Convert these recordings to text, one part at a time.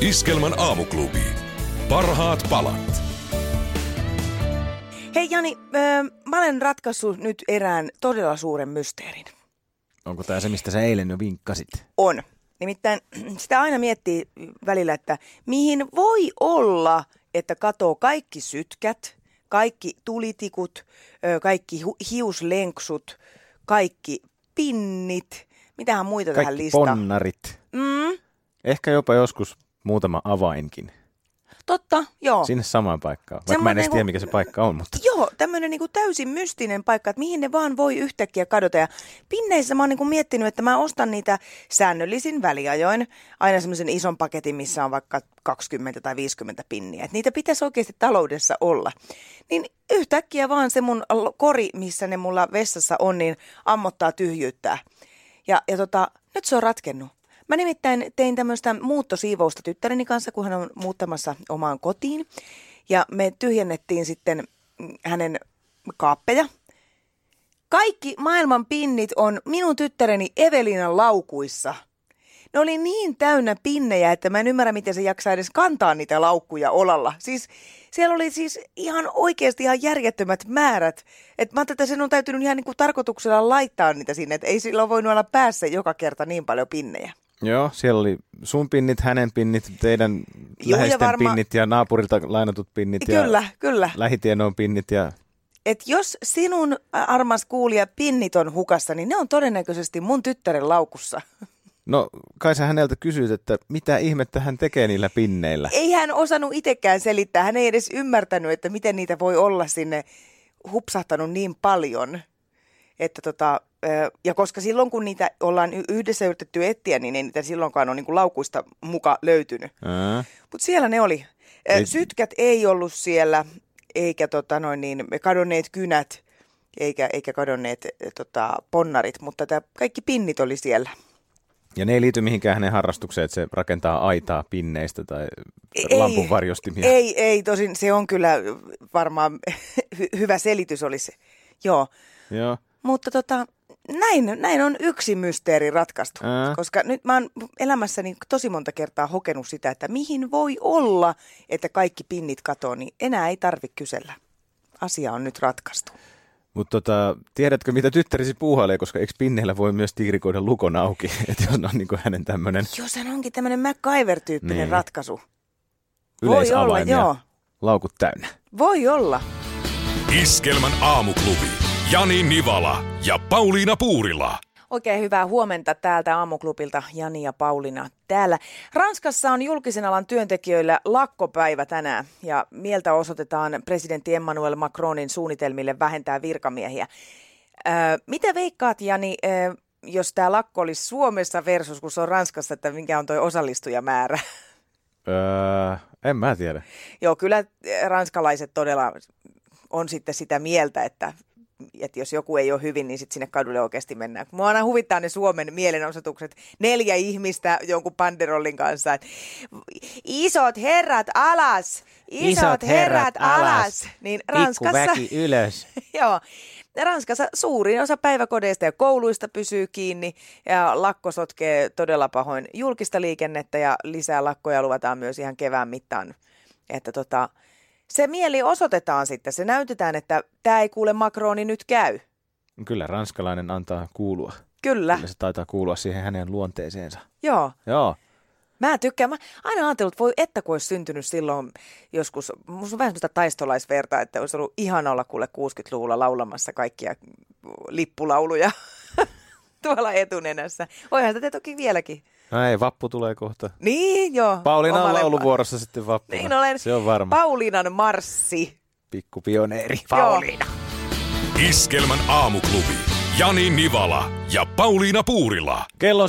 Iskelmän aamuklubi. Parhaat palat. Hei Jani, öö, mä olen ratkaissut nyt erään todella suuren mysteerin. Onko tämä se, mistä sä eilen jo vinkkasit? On. Nimittäin sitä aina miettii välillä, että mihin voi olla, että katoo kaikki sytkät, kaikki tulitikut, öö, kaikki hu- hiuslenksut, kaikki pinnit, mitähän muita tähän Kaikki listaan. ponnarit. Mm, Ehkä jopa joskus muutama avainkin. totta, joo. Sinne samaan paikkaan. Vaikka mä en edes Oh. Semmoinen niinku- tiedä, kun- mikä se paikka on, mutta Joo, tämmöinen niinku täysin mystinen paikka, että mihin ne vaan voi yhtäkkiä kadota. Ja pinneissä mä oon niinku miettinyt, että mä ostan niitä säännöllisin väliajoin. Aina semmoisen ison paketin, missä on vaikka 20 tai 50 pinniä. Et niitä pitäisi oikeasti taloudessa olla. Niin yhtäkkiä vaan se mun l- kori, missä ne mulla vessassa on, niin ammottaa tyhjyyttää. Ja, ja tota, nyt se on ratkennut. Mä nimittäin tein tämmöistä muuttosiivousta tyttäreni kanssa, kun hän on muuttamassa omaan kotiin. Ja me tyhjennettiin sitten mm, hänen kaappeja. Kaikki maailman pinnit on minun tyttäreni Evelinan laukuissa. Ne oli niin täynnä pinnejä, että mä en ymmärrä, miten se jaksaa edes kantaa niitä laukkuja olalla. Siis siellä oli siis ihan oikeasti ihan järjettömät määrät. Et mä ajattelin, että sen on täytynyt ihan niin kuin tarkoituksella laittaa niitä sinne, että ei sillä ole voinut olla päässä joka kerta niin paljon pinnejä. joo, siellä oli sun pinnit, hänen pinnit, teidän ja läheisten varma- pinnit ja naapurilta lainatut pinnit Kyllä, ja kyllä. lähitienoon pinnit ja Et jos sinun ä, armas kuulija pinnit on hukassa, niin ne on todennäköisesti mun tyttären laukussa. No, kai sä häneltä kysyit, että mitä ihmettä hän tekee niillä pinneillä. Ei hän osannut itsekään selittää, hän ei edes ymmärtänyt, että miten niitä voi olla sinne hupsahtanut niin paljon. Että tota, ö, ja koska silloin kun niitä ollaan y- yhdessä yritetty etsiä, niin ei niitä silloinkaan ole niin laukuista muka löytynyt. Ää, Mutta siellä ne oli. Ö, Ei- Sytkät ei ollut siellä, eikä tota noin niin, kadonneet kynät, eikä, eikä kadonneet ö, tota, ponnarit, mutta tää, kaikki pinnit oli siellä. Ja ne ei liity mihinkään hänen harrastukseen, että se rakentaa aitaa pinneistä tai Ei. lampunvarjostimia. Ei, ei, tosin se on kyllä varmaan hy- hyvä selitys olisi. Joo, Joo. mutta tota, näin, näin on yksi mysteeri ratkaistu, Ää. koska nyt mä oon elämässäni tosi monta kertaa hokenut sitä, että mihin voi olla, että kaikki pinnit katoo, niin enää ei tarvi kysellä. Asia on nyt ratkaistu. Mutta tota, tiedätkö, mitä tyttärisi puuhailee, koska eikö pinneillä voi myös tiirikoida lukon auki, että jos on niin hänen tämmöinen Jos hän onkin tämmöinen MacGyver-tyyppinen Niin. ratkaisu. Voi olla, yleisavain ja joo. laukut täynnä. Voi olla. Iskelmän aamuklubi. Jani Nivala ja Pauliina Puurila. Oikein hyvää huomenta täältä aamuklubilta Jani ja Pauliina täällä. Ranskassa on julkisen alan työntekijöillä lakkopäivä tänään ja mieltä osoitetaan presidentti Emmanuel Macronin suunnitelmille vähentää virkamiehiä. Öö, mitä veikkaat Jani, öö, jos tämä lakko olisi Suomessa versus kun se on Ranskassa, että mikä on toi osallistujamäärä? Öö, en mä tiedä. Joo, kyllä eh, ranskalaiset todella on sitten sitä mieltä, että, että jos joku ei ole hyvin, niin sitten sinne kadulle oikeasti mennään. Mua aina huvittaa ne Suomen mielenosoitukset. Neljä ihmistä jonkun panderollin kanssa. että Isot herrat alas! Isot, herrat, alas! Niin Ranskassa, ylös. joo, Ranskassa suurin osa päiväkodeista ja kouluista pysyy kiinni ja lakko sotkee todella pahoin julkista liikennettä ja lisää lakkoja luvataan myös ihan kevään mittaan. Että tota, se mieli osoitetaan sitten, se näytetään, että tämä ei kuule Macroni nyt käy. Kyllä ranskalainen antaa kuulua. Kyllä, Kyllä se taitaa kuulua siihen hänen luonteeseensa. joo. Joo. Mä tykkään. Mä aina ajatellut, että voi että kun olisi syntynyt silloin joskus. Musta on vähän sellaista taistolaisverta, että olisi ollut ihana olla kuule 60-luvulla laulamassa kaikkia lippulauluja tuolla etunenässä. Voihan sitä toki vieläkin. No ei, vappu tulee kohta. Niin, joo. Pauliina on Omalle- lauluvuorossa sitten vappuna. Niin olen. Se on varma. Pauliinan marssi. Pikkupioneeri. Pauliina. Iskelmän aamuklubi. Jani Nivala ja Pauliina Puurila. Kello on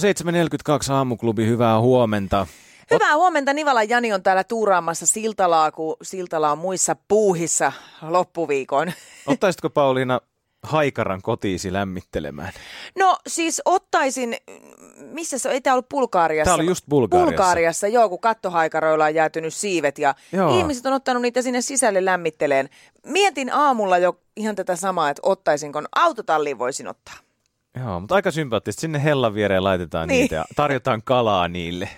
7.42 aamuklubi, hyvää huomenta. Hyvää huomenta. Nivala Jani on täällä tuuraamassa Siltalaa, kun Siltala on muissa puuhissa loppuviikon. Ottaisitko Pauliina haikaran kotiisi lämmittelemään? No siis ottaisin, missä se on, ei tämä ollut Bulgaariassa. Tää oli just Bulgaariassa. Bulgaariassa, joo, kun kattohaikaroilla on jäätynyt siivet ja Joo. joo. ihmiset on ottanut niitä sinne sisälle lämmitteleen. Mietin aamulla jo ihan tätä samaa, että ottaisinko, No, autotalliin voisin ottaa. Joo, mutta aika sympaattista. Sinne hellan viereen laitetaan Niin. niitä ja tarjotaan kalaa niille.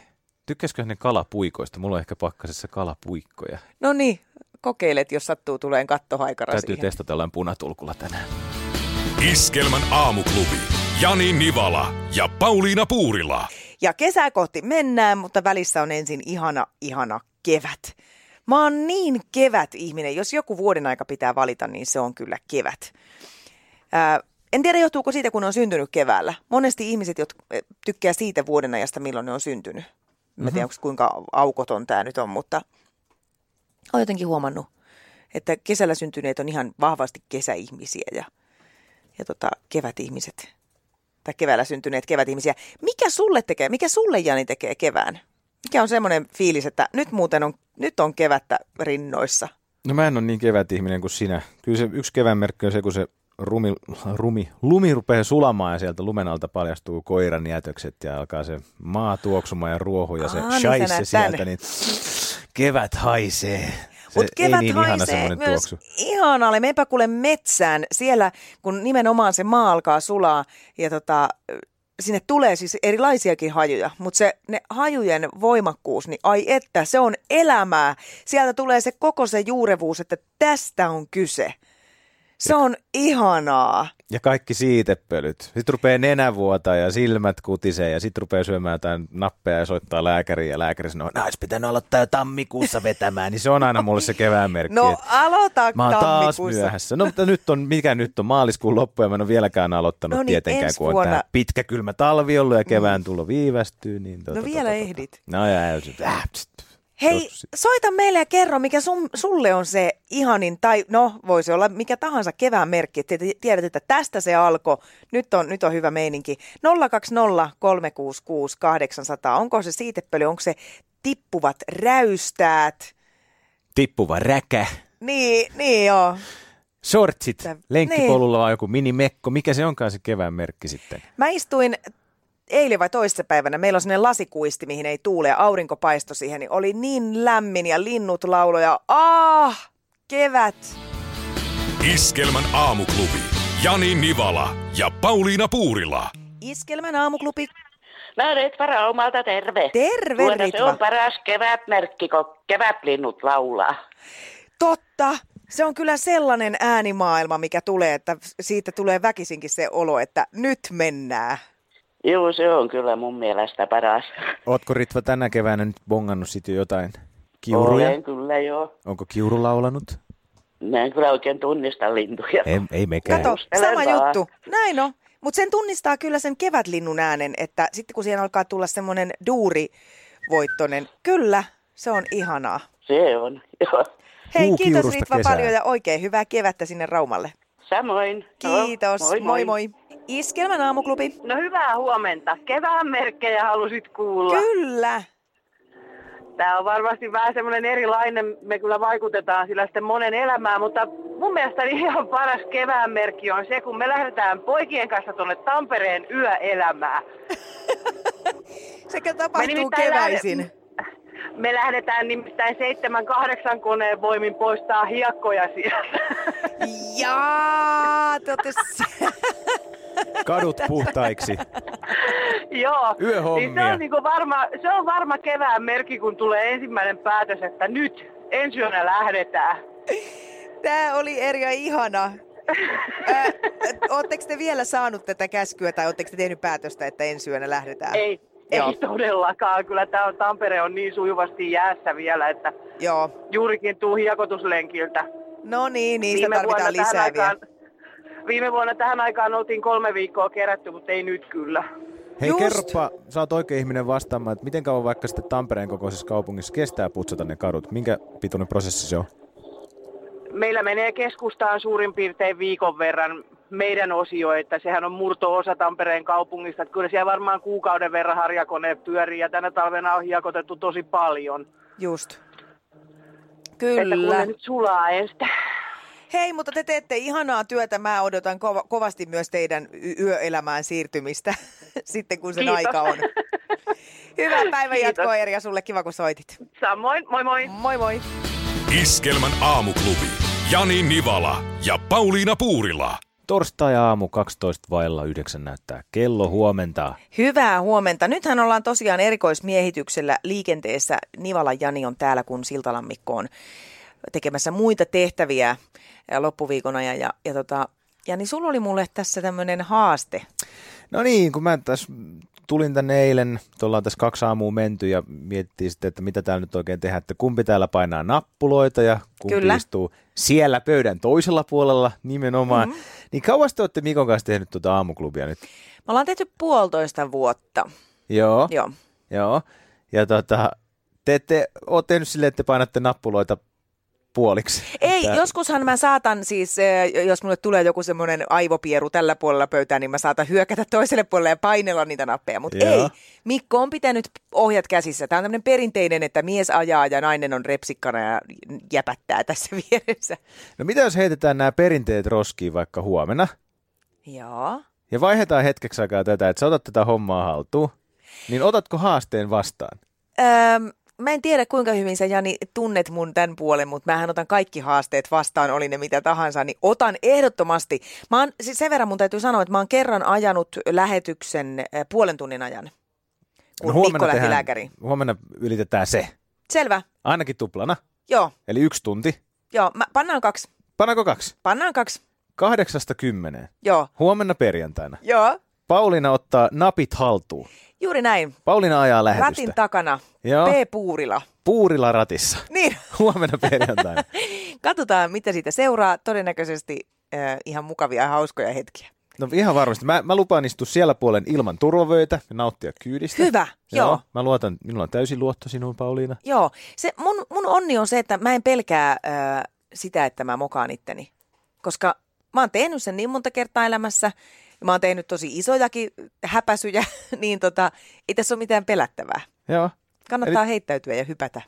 Tykkäsköhän ne kalapuikoista? Mulla on ehkä pakkasessa kalapuikkoja. No niin, kokeilet, jos sattuu tuleen kattohaikara Täytyy siihen. testata jollain punatulkulla tänään. Iskelmän aamuklubi. Jani Nivala ja Pauliina Puurila. Ja kesää kohti mennään, mutta välissä on ensin ihana, ihana kevät. Mä oon niin kevät ihminen. Jos joku vuoden aika pitää valita, niin se on kyllä kevät. Ää, en tiedä, johtuuko siitä, kun on syntynyt keväällä. Monesti ihmiset jotka eh, tykkää siitä vuodenajasta, milloin ne on syntynyt. Mä mm-hmm. tiedän, onks kuinka aukoton tämä nyt on, mutta olen jotenkin huomannut, että kesällä syntyneet on ihan vahvasti kesäihmisiä ja, ja tota, kevätihmiset tai keväällä syntyneet kevätihmisiä. Mikä sulle tekee, mikä sulle Jani tekee kevään? Mikä on semmoinen fiilis, että nyt muuten on, nyt on kevättä rinnoissa? No mä en ole niin kevätihminen kuin sinä. Kyllä se yksi kevään merkki on se, kun se rumi, rumi, lumi rupeaa sulamaan ja sieltä lumen alta paljastuu koiran jätökset ja alkaa se maa tuoksumaan ja ruohu ja se Aa, Aa, niin sä shaisse näet sieltä, tän. niin kevät haisee. Se Mut ei niin ihana semmoinen tuoksu. ihanalle. Meipä kuule metsään siellä, kun nimenomaan se maa alkaa sulaa ja tota, sinne tulee siis erilaisiakin hajuja, mutta se ne hajujen voimakkuus, niin ai että, se on elämää. Sieltä tulee se koko se juurevuus, että tästä on kyse. Se on ihanaa. Ja kaikki siitepölyt. Sitten rupeaa nenävuota ja silmät kutisee ja sitten rupeaa syömään jotain nappeja ja soittaa lääkäriin ja lääkäri sanoo, että olisi pitänyt aloittaa jo tammikuussa vetämään, niin se on aina mulle se kevään merkki. No että aloita Mä oon taas tammikuussa. myöhässä. No mutta nyt on, mikä nyt on, maaliskuun loppu ja mä en ole vieläkään aloittanut No no niin, niin, tietenkään, ensi kun on vuonna- Mm. tämä pitkä kylmä talvi ollut ja kevään tulo viivästyy. Niin tota, No vielä tota, tota. ehdit. No ja ja sit- äh, pst, Hei, joskus sit- soita meille ja kerro, mikä sun, sulle on se ihanin, tai no voisi olla mikä tahansa kevään merkki, että tiet- tiedät, että tästä se alkoi, nyt on, nyt on hyvä meininki. 020 366 800, onko se siitepöly, onko se tippuvat räystäät? Tippuva räkä. Niin, niin joo. Shortsit, Tä- Niin. lenkkipolulla vai joku minimekko, mikä se onkaan se kevään merkki sitten? Mä istuin eilen vai toissapäivänä, meillä on sellainen lasikuisti, mihin ei tuule ja aurinko paistoi siihen, niin oli niin lämmin ja linnut lauloja. Ah, kevät! Iskelmän aamuklubi. Jani Nivala ja Pauliina Puurila. Iskelmän aamuklubi. No Ritva Raumalta terve. Terve, Tuota, se Ritva. on paras kevätmerkki, kun kevätlinnut laulaa. Totta. Se on kyllä sellainen äänimaailma, mikä tulee, että siitä tulee väkisinkin se olo, että nyt mennään. Joo, se on kyllä mun mielestä paras. Ootko Ritva tänä keväänä nyt bongannut sit jo jotain kiuruja? Olen kyllä joo. Onko kiuru laulanut? Mä en kyllä oikein tunnista lintuja. Eh. Ei, ei mekään. Kato, sama Selvä. juttu. Näin on. Mutta sen tunnistaa kyllä sen kevätlinnun äänen, että sitten kun siihen alkaa tulla semmoinen duurivoittonen, kyllä, se on ihanaa. Se on, joo. Hei, Kuu kiitos kiurusta Ritva kesää. paljon ja oikein hyvää kevättä sinne Raumalle. Samoin. No, Kiitos, no, moi, moi moi. Iskelmän aamuklubi. No hyvää huomenta. Kevään merkkejä halusit kuulla. Kyllä. Tämä on varmasti vähän semmoinen erilainen, me kyllä vaikutetaan sillä sitten monen elämään, mutta mun mielestä ihan paras kevään merkki on se, kun me lähdetään poikien kanssa tuonne Tampereen yöelämään. Sekä Me tapahtuu nimittäin keväisin. Me lähdetään nimittäin seitsemän kahdeksan koneen voimin poistaa hiekkoja sieltä. Jaa, te olette se- Kadut puhtaiksi. Joo. Yöhommia. Niin se, on niinku varma, se on varma kevään merkki, kun tulee ensimmäinen päätös, että nyt ensi yönä lähdetään. Tämä oli Erja ihana. Ö, Oletteko te vielä saanut tätä käskyä tai oletteko te tehnyt päätöstä, että ensi yönä lähdetään? Ei, Joo. ei todellakaan. Kyllä tämä on, Tampere on niin sujuvasti jäässä vielä, että Joo. juurikin tuu hiekotuslenkiltä. No niin, niistä tarvitaan lisää vielä. aikaan, viime vuonna tähän aikaan oltiin kolme viikkoa kerätty, mutta ei nyt kyllä. Hei Just. Just. kerropa, sä oot oikein ihminen vastaamaan, että miten kauan vaikka sitten Tampereen kokoisessa kaupungissa kestää putsata ne kadut? Minkä pituinen prosessi se on? Meillä menee keskustaan suurin piirtein viikon verran meidän osio, että sehän on murto-osa Tampereen kaupungista. Että kyllä siellä varmaan kuukauden verran harjakone pyörii ja tänä talvena on hiekotettu tosi paljon. Just. Että kun Kyllä. ne nyt sulaa ensin. Hei, mutta te teette ihanaa työtä. Mä odotan kova- kovasti myös teidän y- yöelämään siirtymistä sitten, kun sen Kiitos. aika on. Hyvää päivän Kiitos. jatkoa Erja sulle. Kiva, kun soitit. Samoin, moi moi! Moi moi. Iskelmän aamuklubi. Jani Nivala ja Pauliina Puurila. Torstai-aamu 12 vailla 9 näyttää kello huomenta. Hyvää huomenta. Nythän ollaan tosiaan erikoismiehityksellä liikenteessä. Nivalan Jani on täällä, kun Siltalan Mikko on tekemässä muita tehtäviä eh, loppuviikon ajan. Ja, ja tota, Jani, sulla oli mulle tässä tämmöinen haaste. No niin, kun mä tässä tulin tänne eilen, että ollaan tässä kaksi aamua menty ja miettii sitten, että mitä täällä nyt oikein tehdään, että kumpi täällä painaa nappuloita ja kumpi Kyllä. istuu siellä pöydän toisella puolella nimenomaan. Mm-hmm. Niin kauas te olette Mikon kanssa tehnyt tuota aamuklubia nyt? Me ollaan tehty puolitoista vuotta. Joo. Joo. Joo. Ja tota, te ette ole tehnyt silleen, että te painatte nappuloita puoliksi. Ei, Että- joskushan mä saatan siis, eh, jos mulle tulee joku semmoinen aivopieru tällä puolella pöytää, niin mä saatan hyökätä toiselle puolelle ja painella niitä nappeja, mutta Joo. ei. Mikko on pitänyt ohjat käsissä. Tämä on tämmöinen perinteinen, että mies ajaa ja nainen on repsikkana ja jäpättää tässä vieressä. No mitä jos heitetään nämä perinteet roskiin vaikka huomenna Joo. ja vaihdetaan hetkeksi aikaa tätä, että sä otat tätä hommaa haltuun, niin otatko haasteen vastaan? Öm, mä en tiedä kuinka hyvin sä Jani tunnet mun tämän puolen, mutta mähän otan kaikki haasteet vastaan, oli ne mitä tahansa, niin otan ehdottomasti. Mä oon, siis sen verran mun täytyy sanoa, että mä oon kerran ajanut lähetyksen äh, puolen tunnin ajan, kun no, Mikko lähti lääkäriin. huomenna ylitetään se. Selvä, Ainakin tuplana, joo, eli yksi tunti. joo, mä, pannaan kaksi, Panako kaksi? pannaan kaksi, Kahdeksasta kymmeneen. joo, Huomenna perjantaina. joo, Pauliina ottaa napit haltuun. juuri näin. Pauliina ajaa lähetystä. Ratin takana, Joo. P. Puurila. Puurilla ratissa. Niin, Huomenna perjantaina. katsotaan mitä siitä seuraa, todennäköisesti äh, ihan mukavia ja hauskoja hetkiä. No ihan varmasti. Mä, mä lupaan istua siellä puolen ilman turvavöitä ja nauttia kyydistä. Hyvä, joo. Mä luotan, minulla on täysin luotto sinuun, Pauliina. Joo, se, mun, mun onni on se, että mä en pelkää ö, sitä, että mä mokaan itteni. Koska mä oon tehnyt sen niin monta kertaa elämässä, ja mä oon tehnyt tosi isojakin häpäsyjä, niin tota, ei tässä ole mitään pelättävää. Joo. Kannattaa Eli... heittäytyä ja hypätä.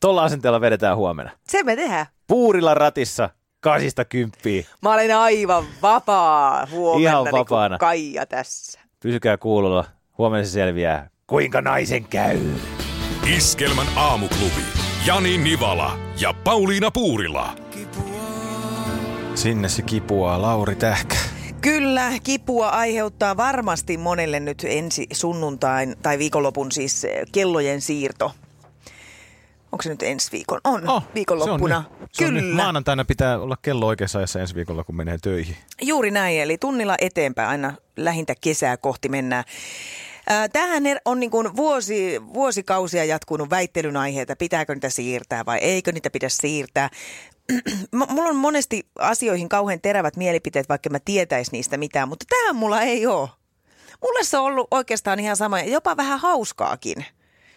Tuolla asenteella vedetään huomenna. Se me tehdään. Puurilla ratissa kasista kymppiä. Mä olen aivan vapaa huomenna, Ihan niin vapaana. kuin Kaija tässä. Pysykää kuulolla. Huomenna se selviää. Kuinka naisen käy? Iskelmän aamuklubi. Jani Nivala ja Pauliina Puurila. Sinne se kipuaa Lauri Tähkä. Kyllä, kipua aiheuttaa varmasti monelle nyt ensi sunnuntain tai viikonlopun siis eh, kellojen siirto. Onko se nyt ensi viikon? On, oh, viikonloppuna. niin. Kyllä, Maanantaina pitää olla kello oikeassa ajassa ensi viikolla, kun menee töihin. juuri näin. Eli tunnilla eteenpäin aina lähintä kesää kohti mennään. Ää, Tämähän er- on niin kuin vuosi, vuosikausia jatkunut väittelyn aiheita, pitääkö niitä siirtää vai eikö niitä pidä siirtää. M- mulla on monesti asioihin kauhean terävät mielipiteet, vaikka mä tietäis niistä mitään, mutta tähän mulla ei ole. Mulle se on ollut oikeastaan ihan sama ja jopa vähän hauskaakin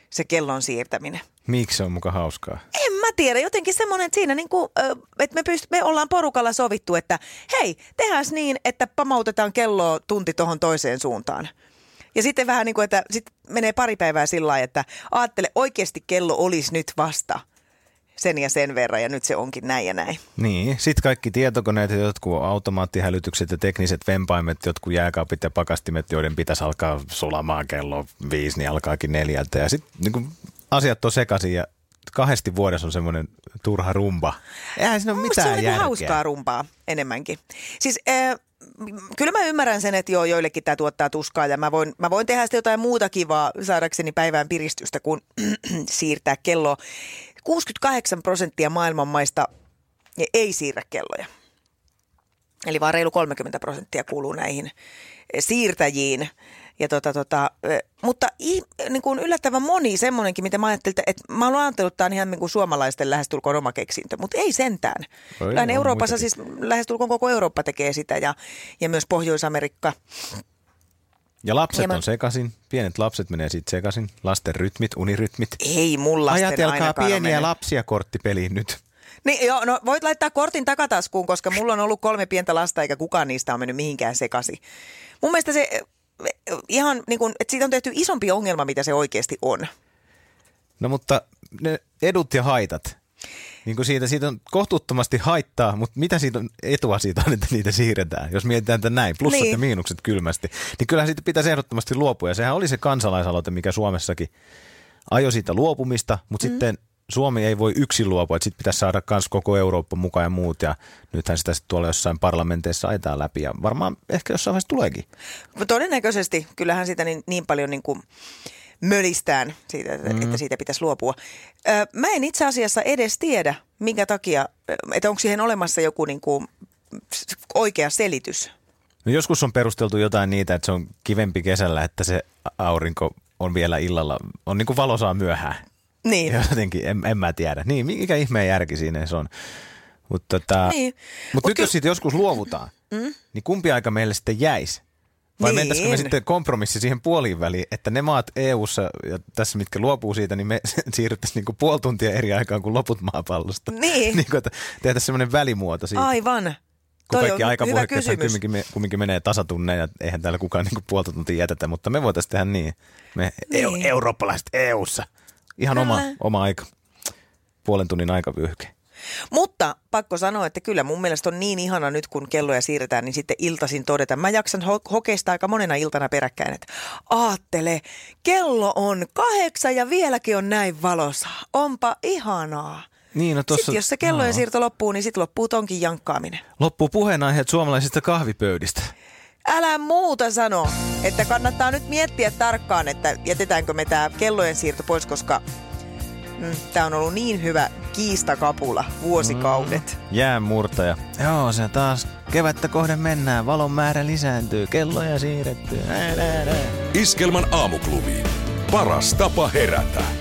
se kellon siirtäminen. Miksi se on muka hauskaa? En mä tiedä, jotenkin semmoinen, että siinä niin kuin, että me, pyst- me ollaan porukalla sovittu, että hei, tehäs niin, että pamautetaan kelloa tunti tuohon toiseen suuntaan. Ja sitten vähän niin kuin, että sit menee pari päivää sillä lailla, että ajattele oikeasti kello olisi nyt vasta sen ja sen verran ja nyt se onkin näin ja näin. Niin, sitten kaikki tietokoneet ja jotkut automaattihälytykset ja tekniset vempaimet, jotkut jääkaapit ja pakastimet, joiden pitäisi alkaa sulamaan kello viisi, niin alkaakin neljältä. Ja sitten niin asiat on sekaisin ja kahdesti vuodessa on semmoinen turha rumba. Eihän siinä ole Mun mielestä mitään se on järkeä. niinku hauskaa rumpaa enemmänkin. Siis äh, kyllä mä ymmärrän sen, että joo, joillekin tämä tuottaa tuskaa ja mä voin, mä voin tehdä sitä jotain muuta kivaa saadakseni päivään piristystä kuin siirtää kelloa. 68 prosenttia maailman maista ei siirrä kelloja. Eli vaan reilu 30 prosenttia kuuluu näihin eh, siirtäjiin. Ja tota, tota, ö, mutta ih, niin kuin yllättävän moni semmoinenkin, mitä mä ajattelin, että- että mä olen ajatellut, että tämä on ihan niin kuin suomalaisten lähestulkoon oma keksintö, mutta ei sentään. Oi, Oi, on Euroopassa siis lähestulkoon koko Eurooppa tekee sitä ja, ja myös Pohjois-Amerikka. Ja lapset Hieman. on sekaisin, pienet lapset menee sitten sekaisin, lasten rytmit, unirytmit. Ei mun lasten Ajatelkaa ainakaan ole pieniä mennyt. lapsia korttipeliin nyt. Niin joo, no voit laittaa kortin takataskuun, koska mulla on ollut kolme pientä lasta eikä kukaan niistä on mennyt mihinkään sekaisin. Mun mielestä se eh, eh, ihan niin kuin, että siitä on tehty isompi ongelma, mitä se oikeasti on. No mutta ne edut ja haitat. Niin kuin siitä, siitä on kohtuuttomasti haittaa, mutta mitä siitä on, etua siitä on, että niitä siirretään, jos mietitään tämän näin, plussat Niin. niin. ja miinukset kylmästi. Niin kyllähän siitä pitäisi ehdottomasti luopua ja sehän oli se kansalaisaloite, mikä Suomessakin ajoi siitä luopumista, mutta mm. sitten Suomi ei voi yksin luopua, että sitten pitäisi saada myös koko Eurooppa mukaan ja muut. Ja nythän sitä sitten tuolla jossain parlamenteissa ajetaan läpi ja varmaan ehkä jossain vaiheessa tuleekin. Todennäköisesti kyllähän siitä niin, niin paljon niin kuin mölistään, siitä, että, mm. että siitä pitäisi luopua. Ö, mä en itse asiassa edes tiedä, minkä takia, ö, että onko siihen olemassa joku niin kuin s- oikea selitys. No joskus on perusteltu jotain niitä, että se on kivempi kesällä, että se aurinko on vielä illalla, on niin kuin valosaa myöhään. Niin. Ja Jotenkin, en, en mä tiedä. Niin, mikä ihmeen järki siinä se on. Mutta tota, Niin. niin. Mut mut nyt kyllä- jos siitä joskus luovutaan, mm? niin kumpi aika meille sitten jäisi? Vai Niin. niin. mentäisikö me sitten kompromissi siihen puoliin väliin, että ne maat EU-ssa ja tässä, mitkä luopuu siitä, niin me siirryttäisiin niinku puoli tuntia eri aikaan kuin loput maapallosta. Niin. niin kuin, että tehtäisiin semmoinen välimuoto siitä. Aivan. Kun Toi kaikki on aika hyvä puhekkeessa kysymys. kumminkin, me- kumminkin menee tasatunneja, ja eihän täällä kukaan niin puolta tuntia jätetä, mutta me voitaisiin tehdä niin. Me niin. Eu- Niin. eurooppalaiset EU-ssa. Ihan oma, Kyllä. oma aika. Puolen tunnin aikavyöhyke. Mutta pakko sanoa, että kyllä mun mielestä on niin ihana nyt, kun kelloja siirretään, niin sitten iltaisin todeta. Mä jaksan ho- hokeista aika monena iltana peräkkäin, että aattele, kello on kahdeksan ja vieläkin on näin valossa. Onpa ihanaa. Niin, no tossa, Sitten jos se kellojen no. siirto loppuu, niin sitten loppuu tonkin jankkaaminen. Loppuu puheenaiheet suomalaisista kahvipöydistä. Älä muuta sano, että kannattaa nyt miettiä tarkkaan, että jätetäänkö me tämä kellojen siirto pois, koska mm, tämä on ollut niin hyvä kiistakapula vuosikaudet. Mm. Jäänmurtaja. Joo, se taas kevättä kohden mennään. Valon määrä lisääntyy, kelloja siirrettyy. Ää, ää, ää. Iskelmän aamuklubi. Paras tapa herätä.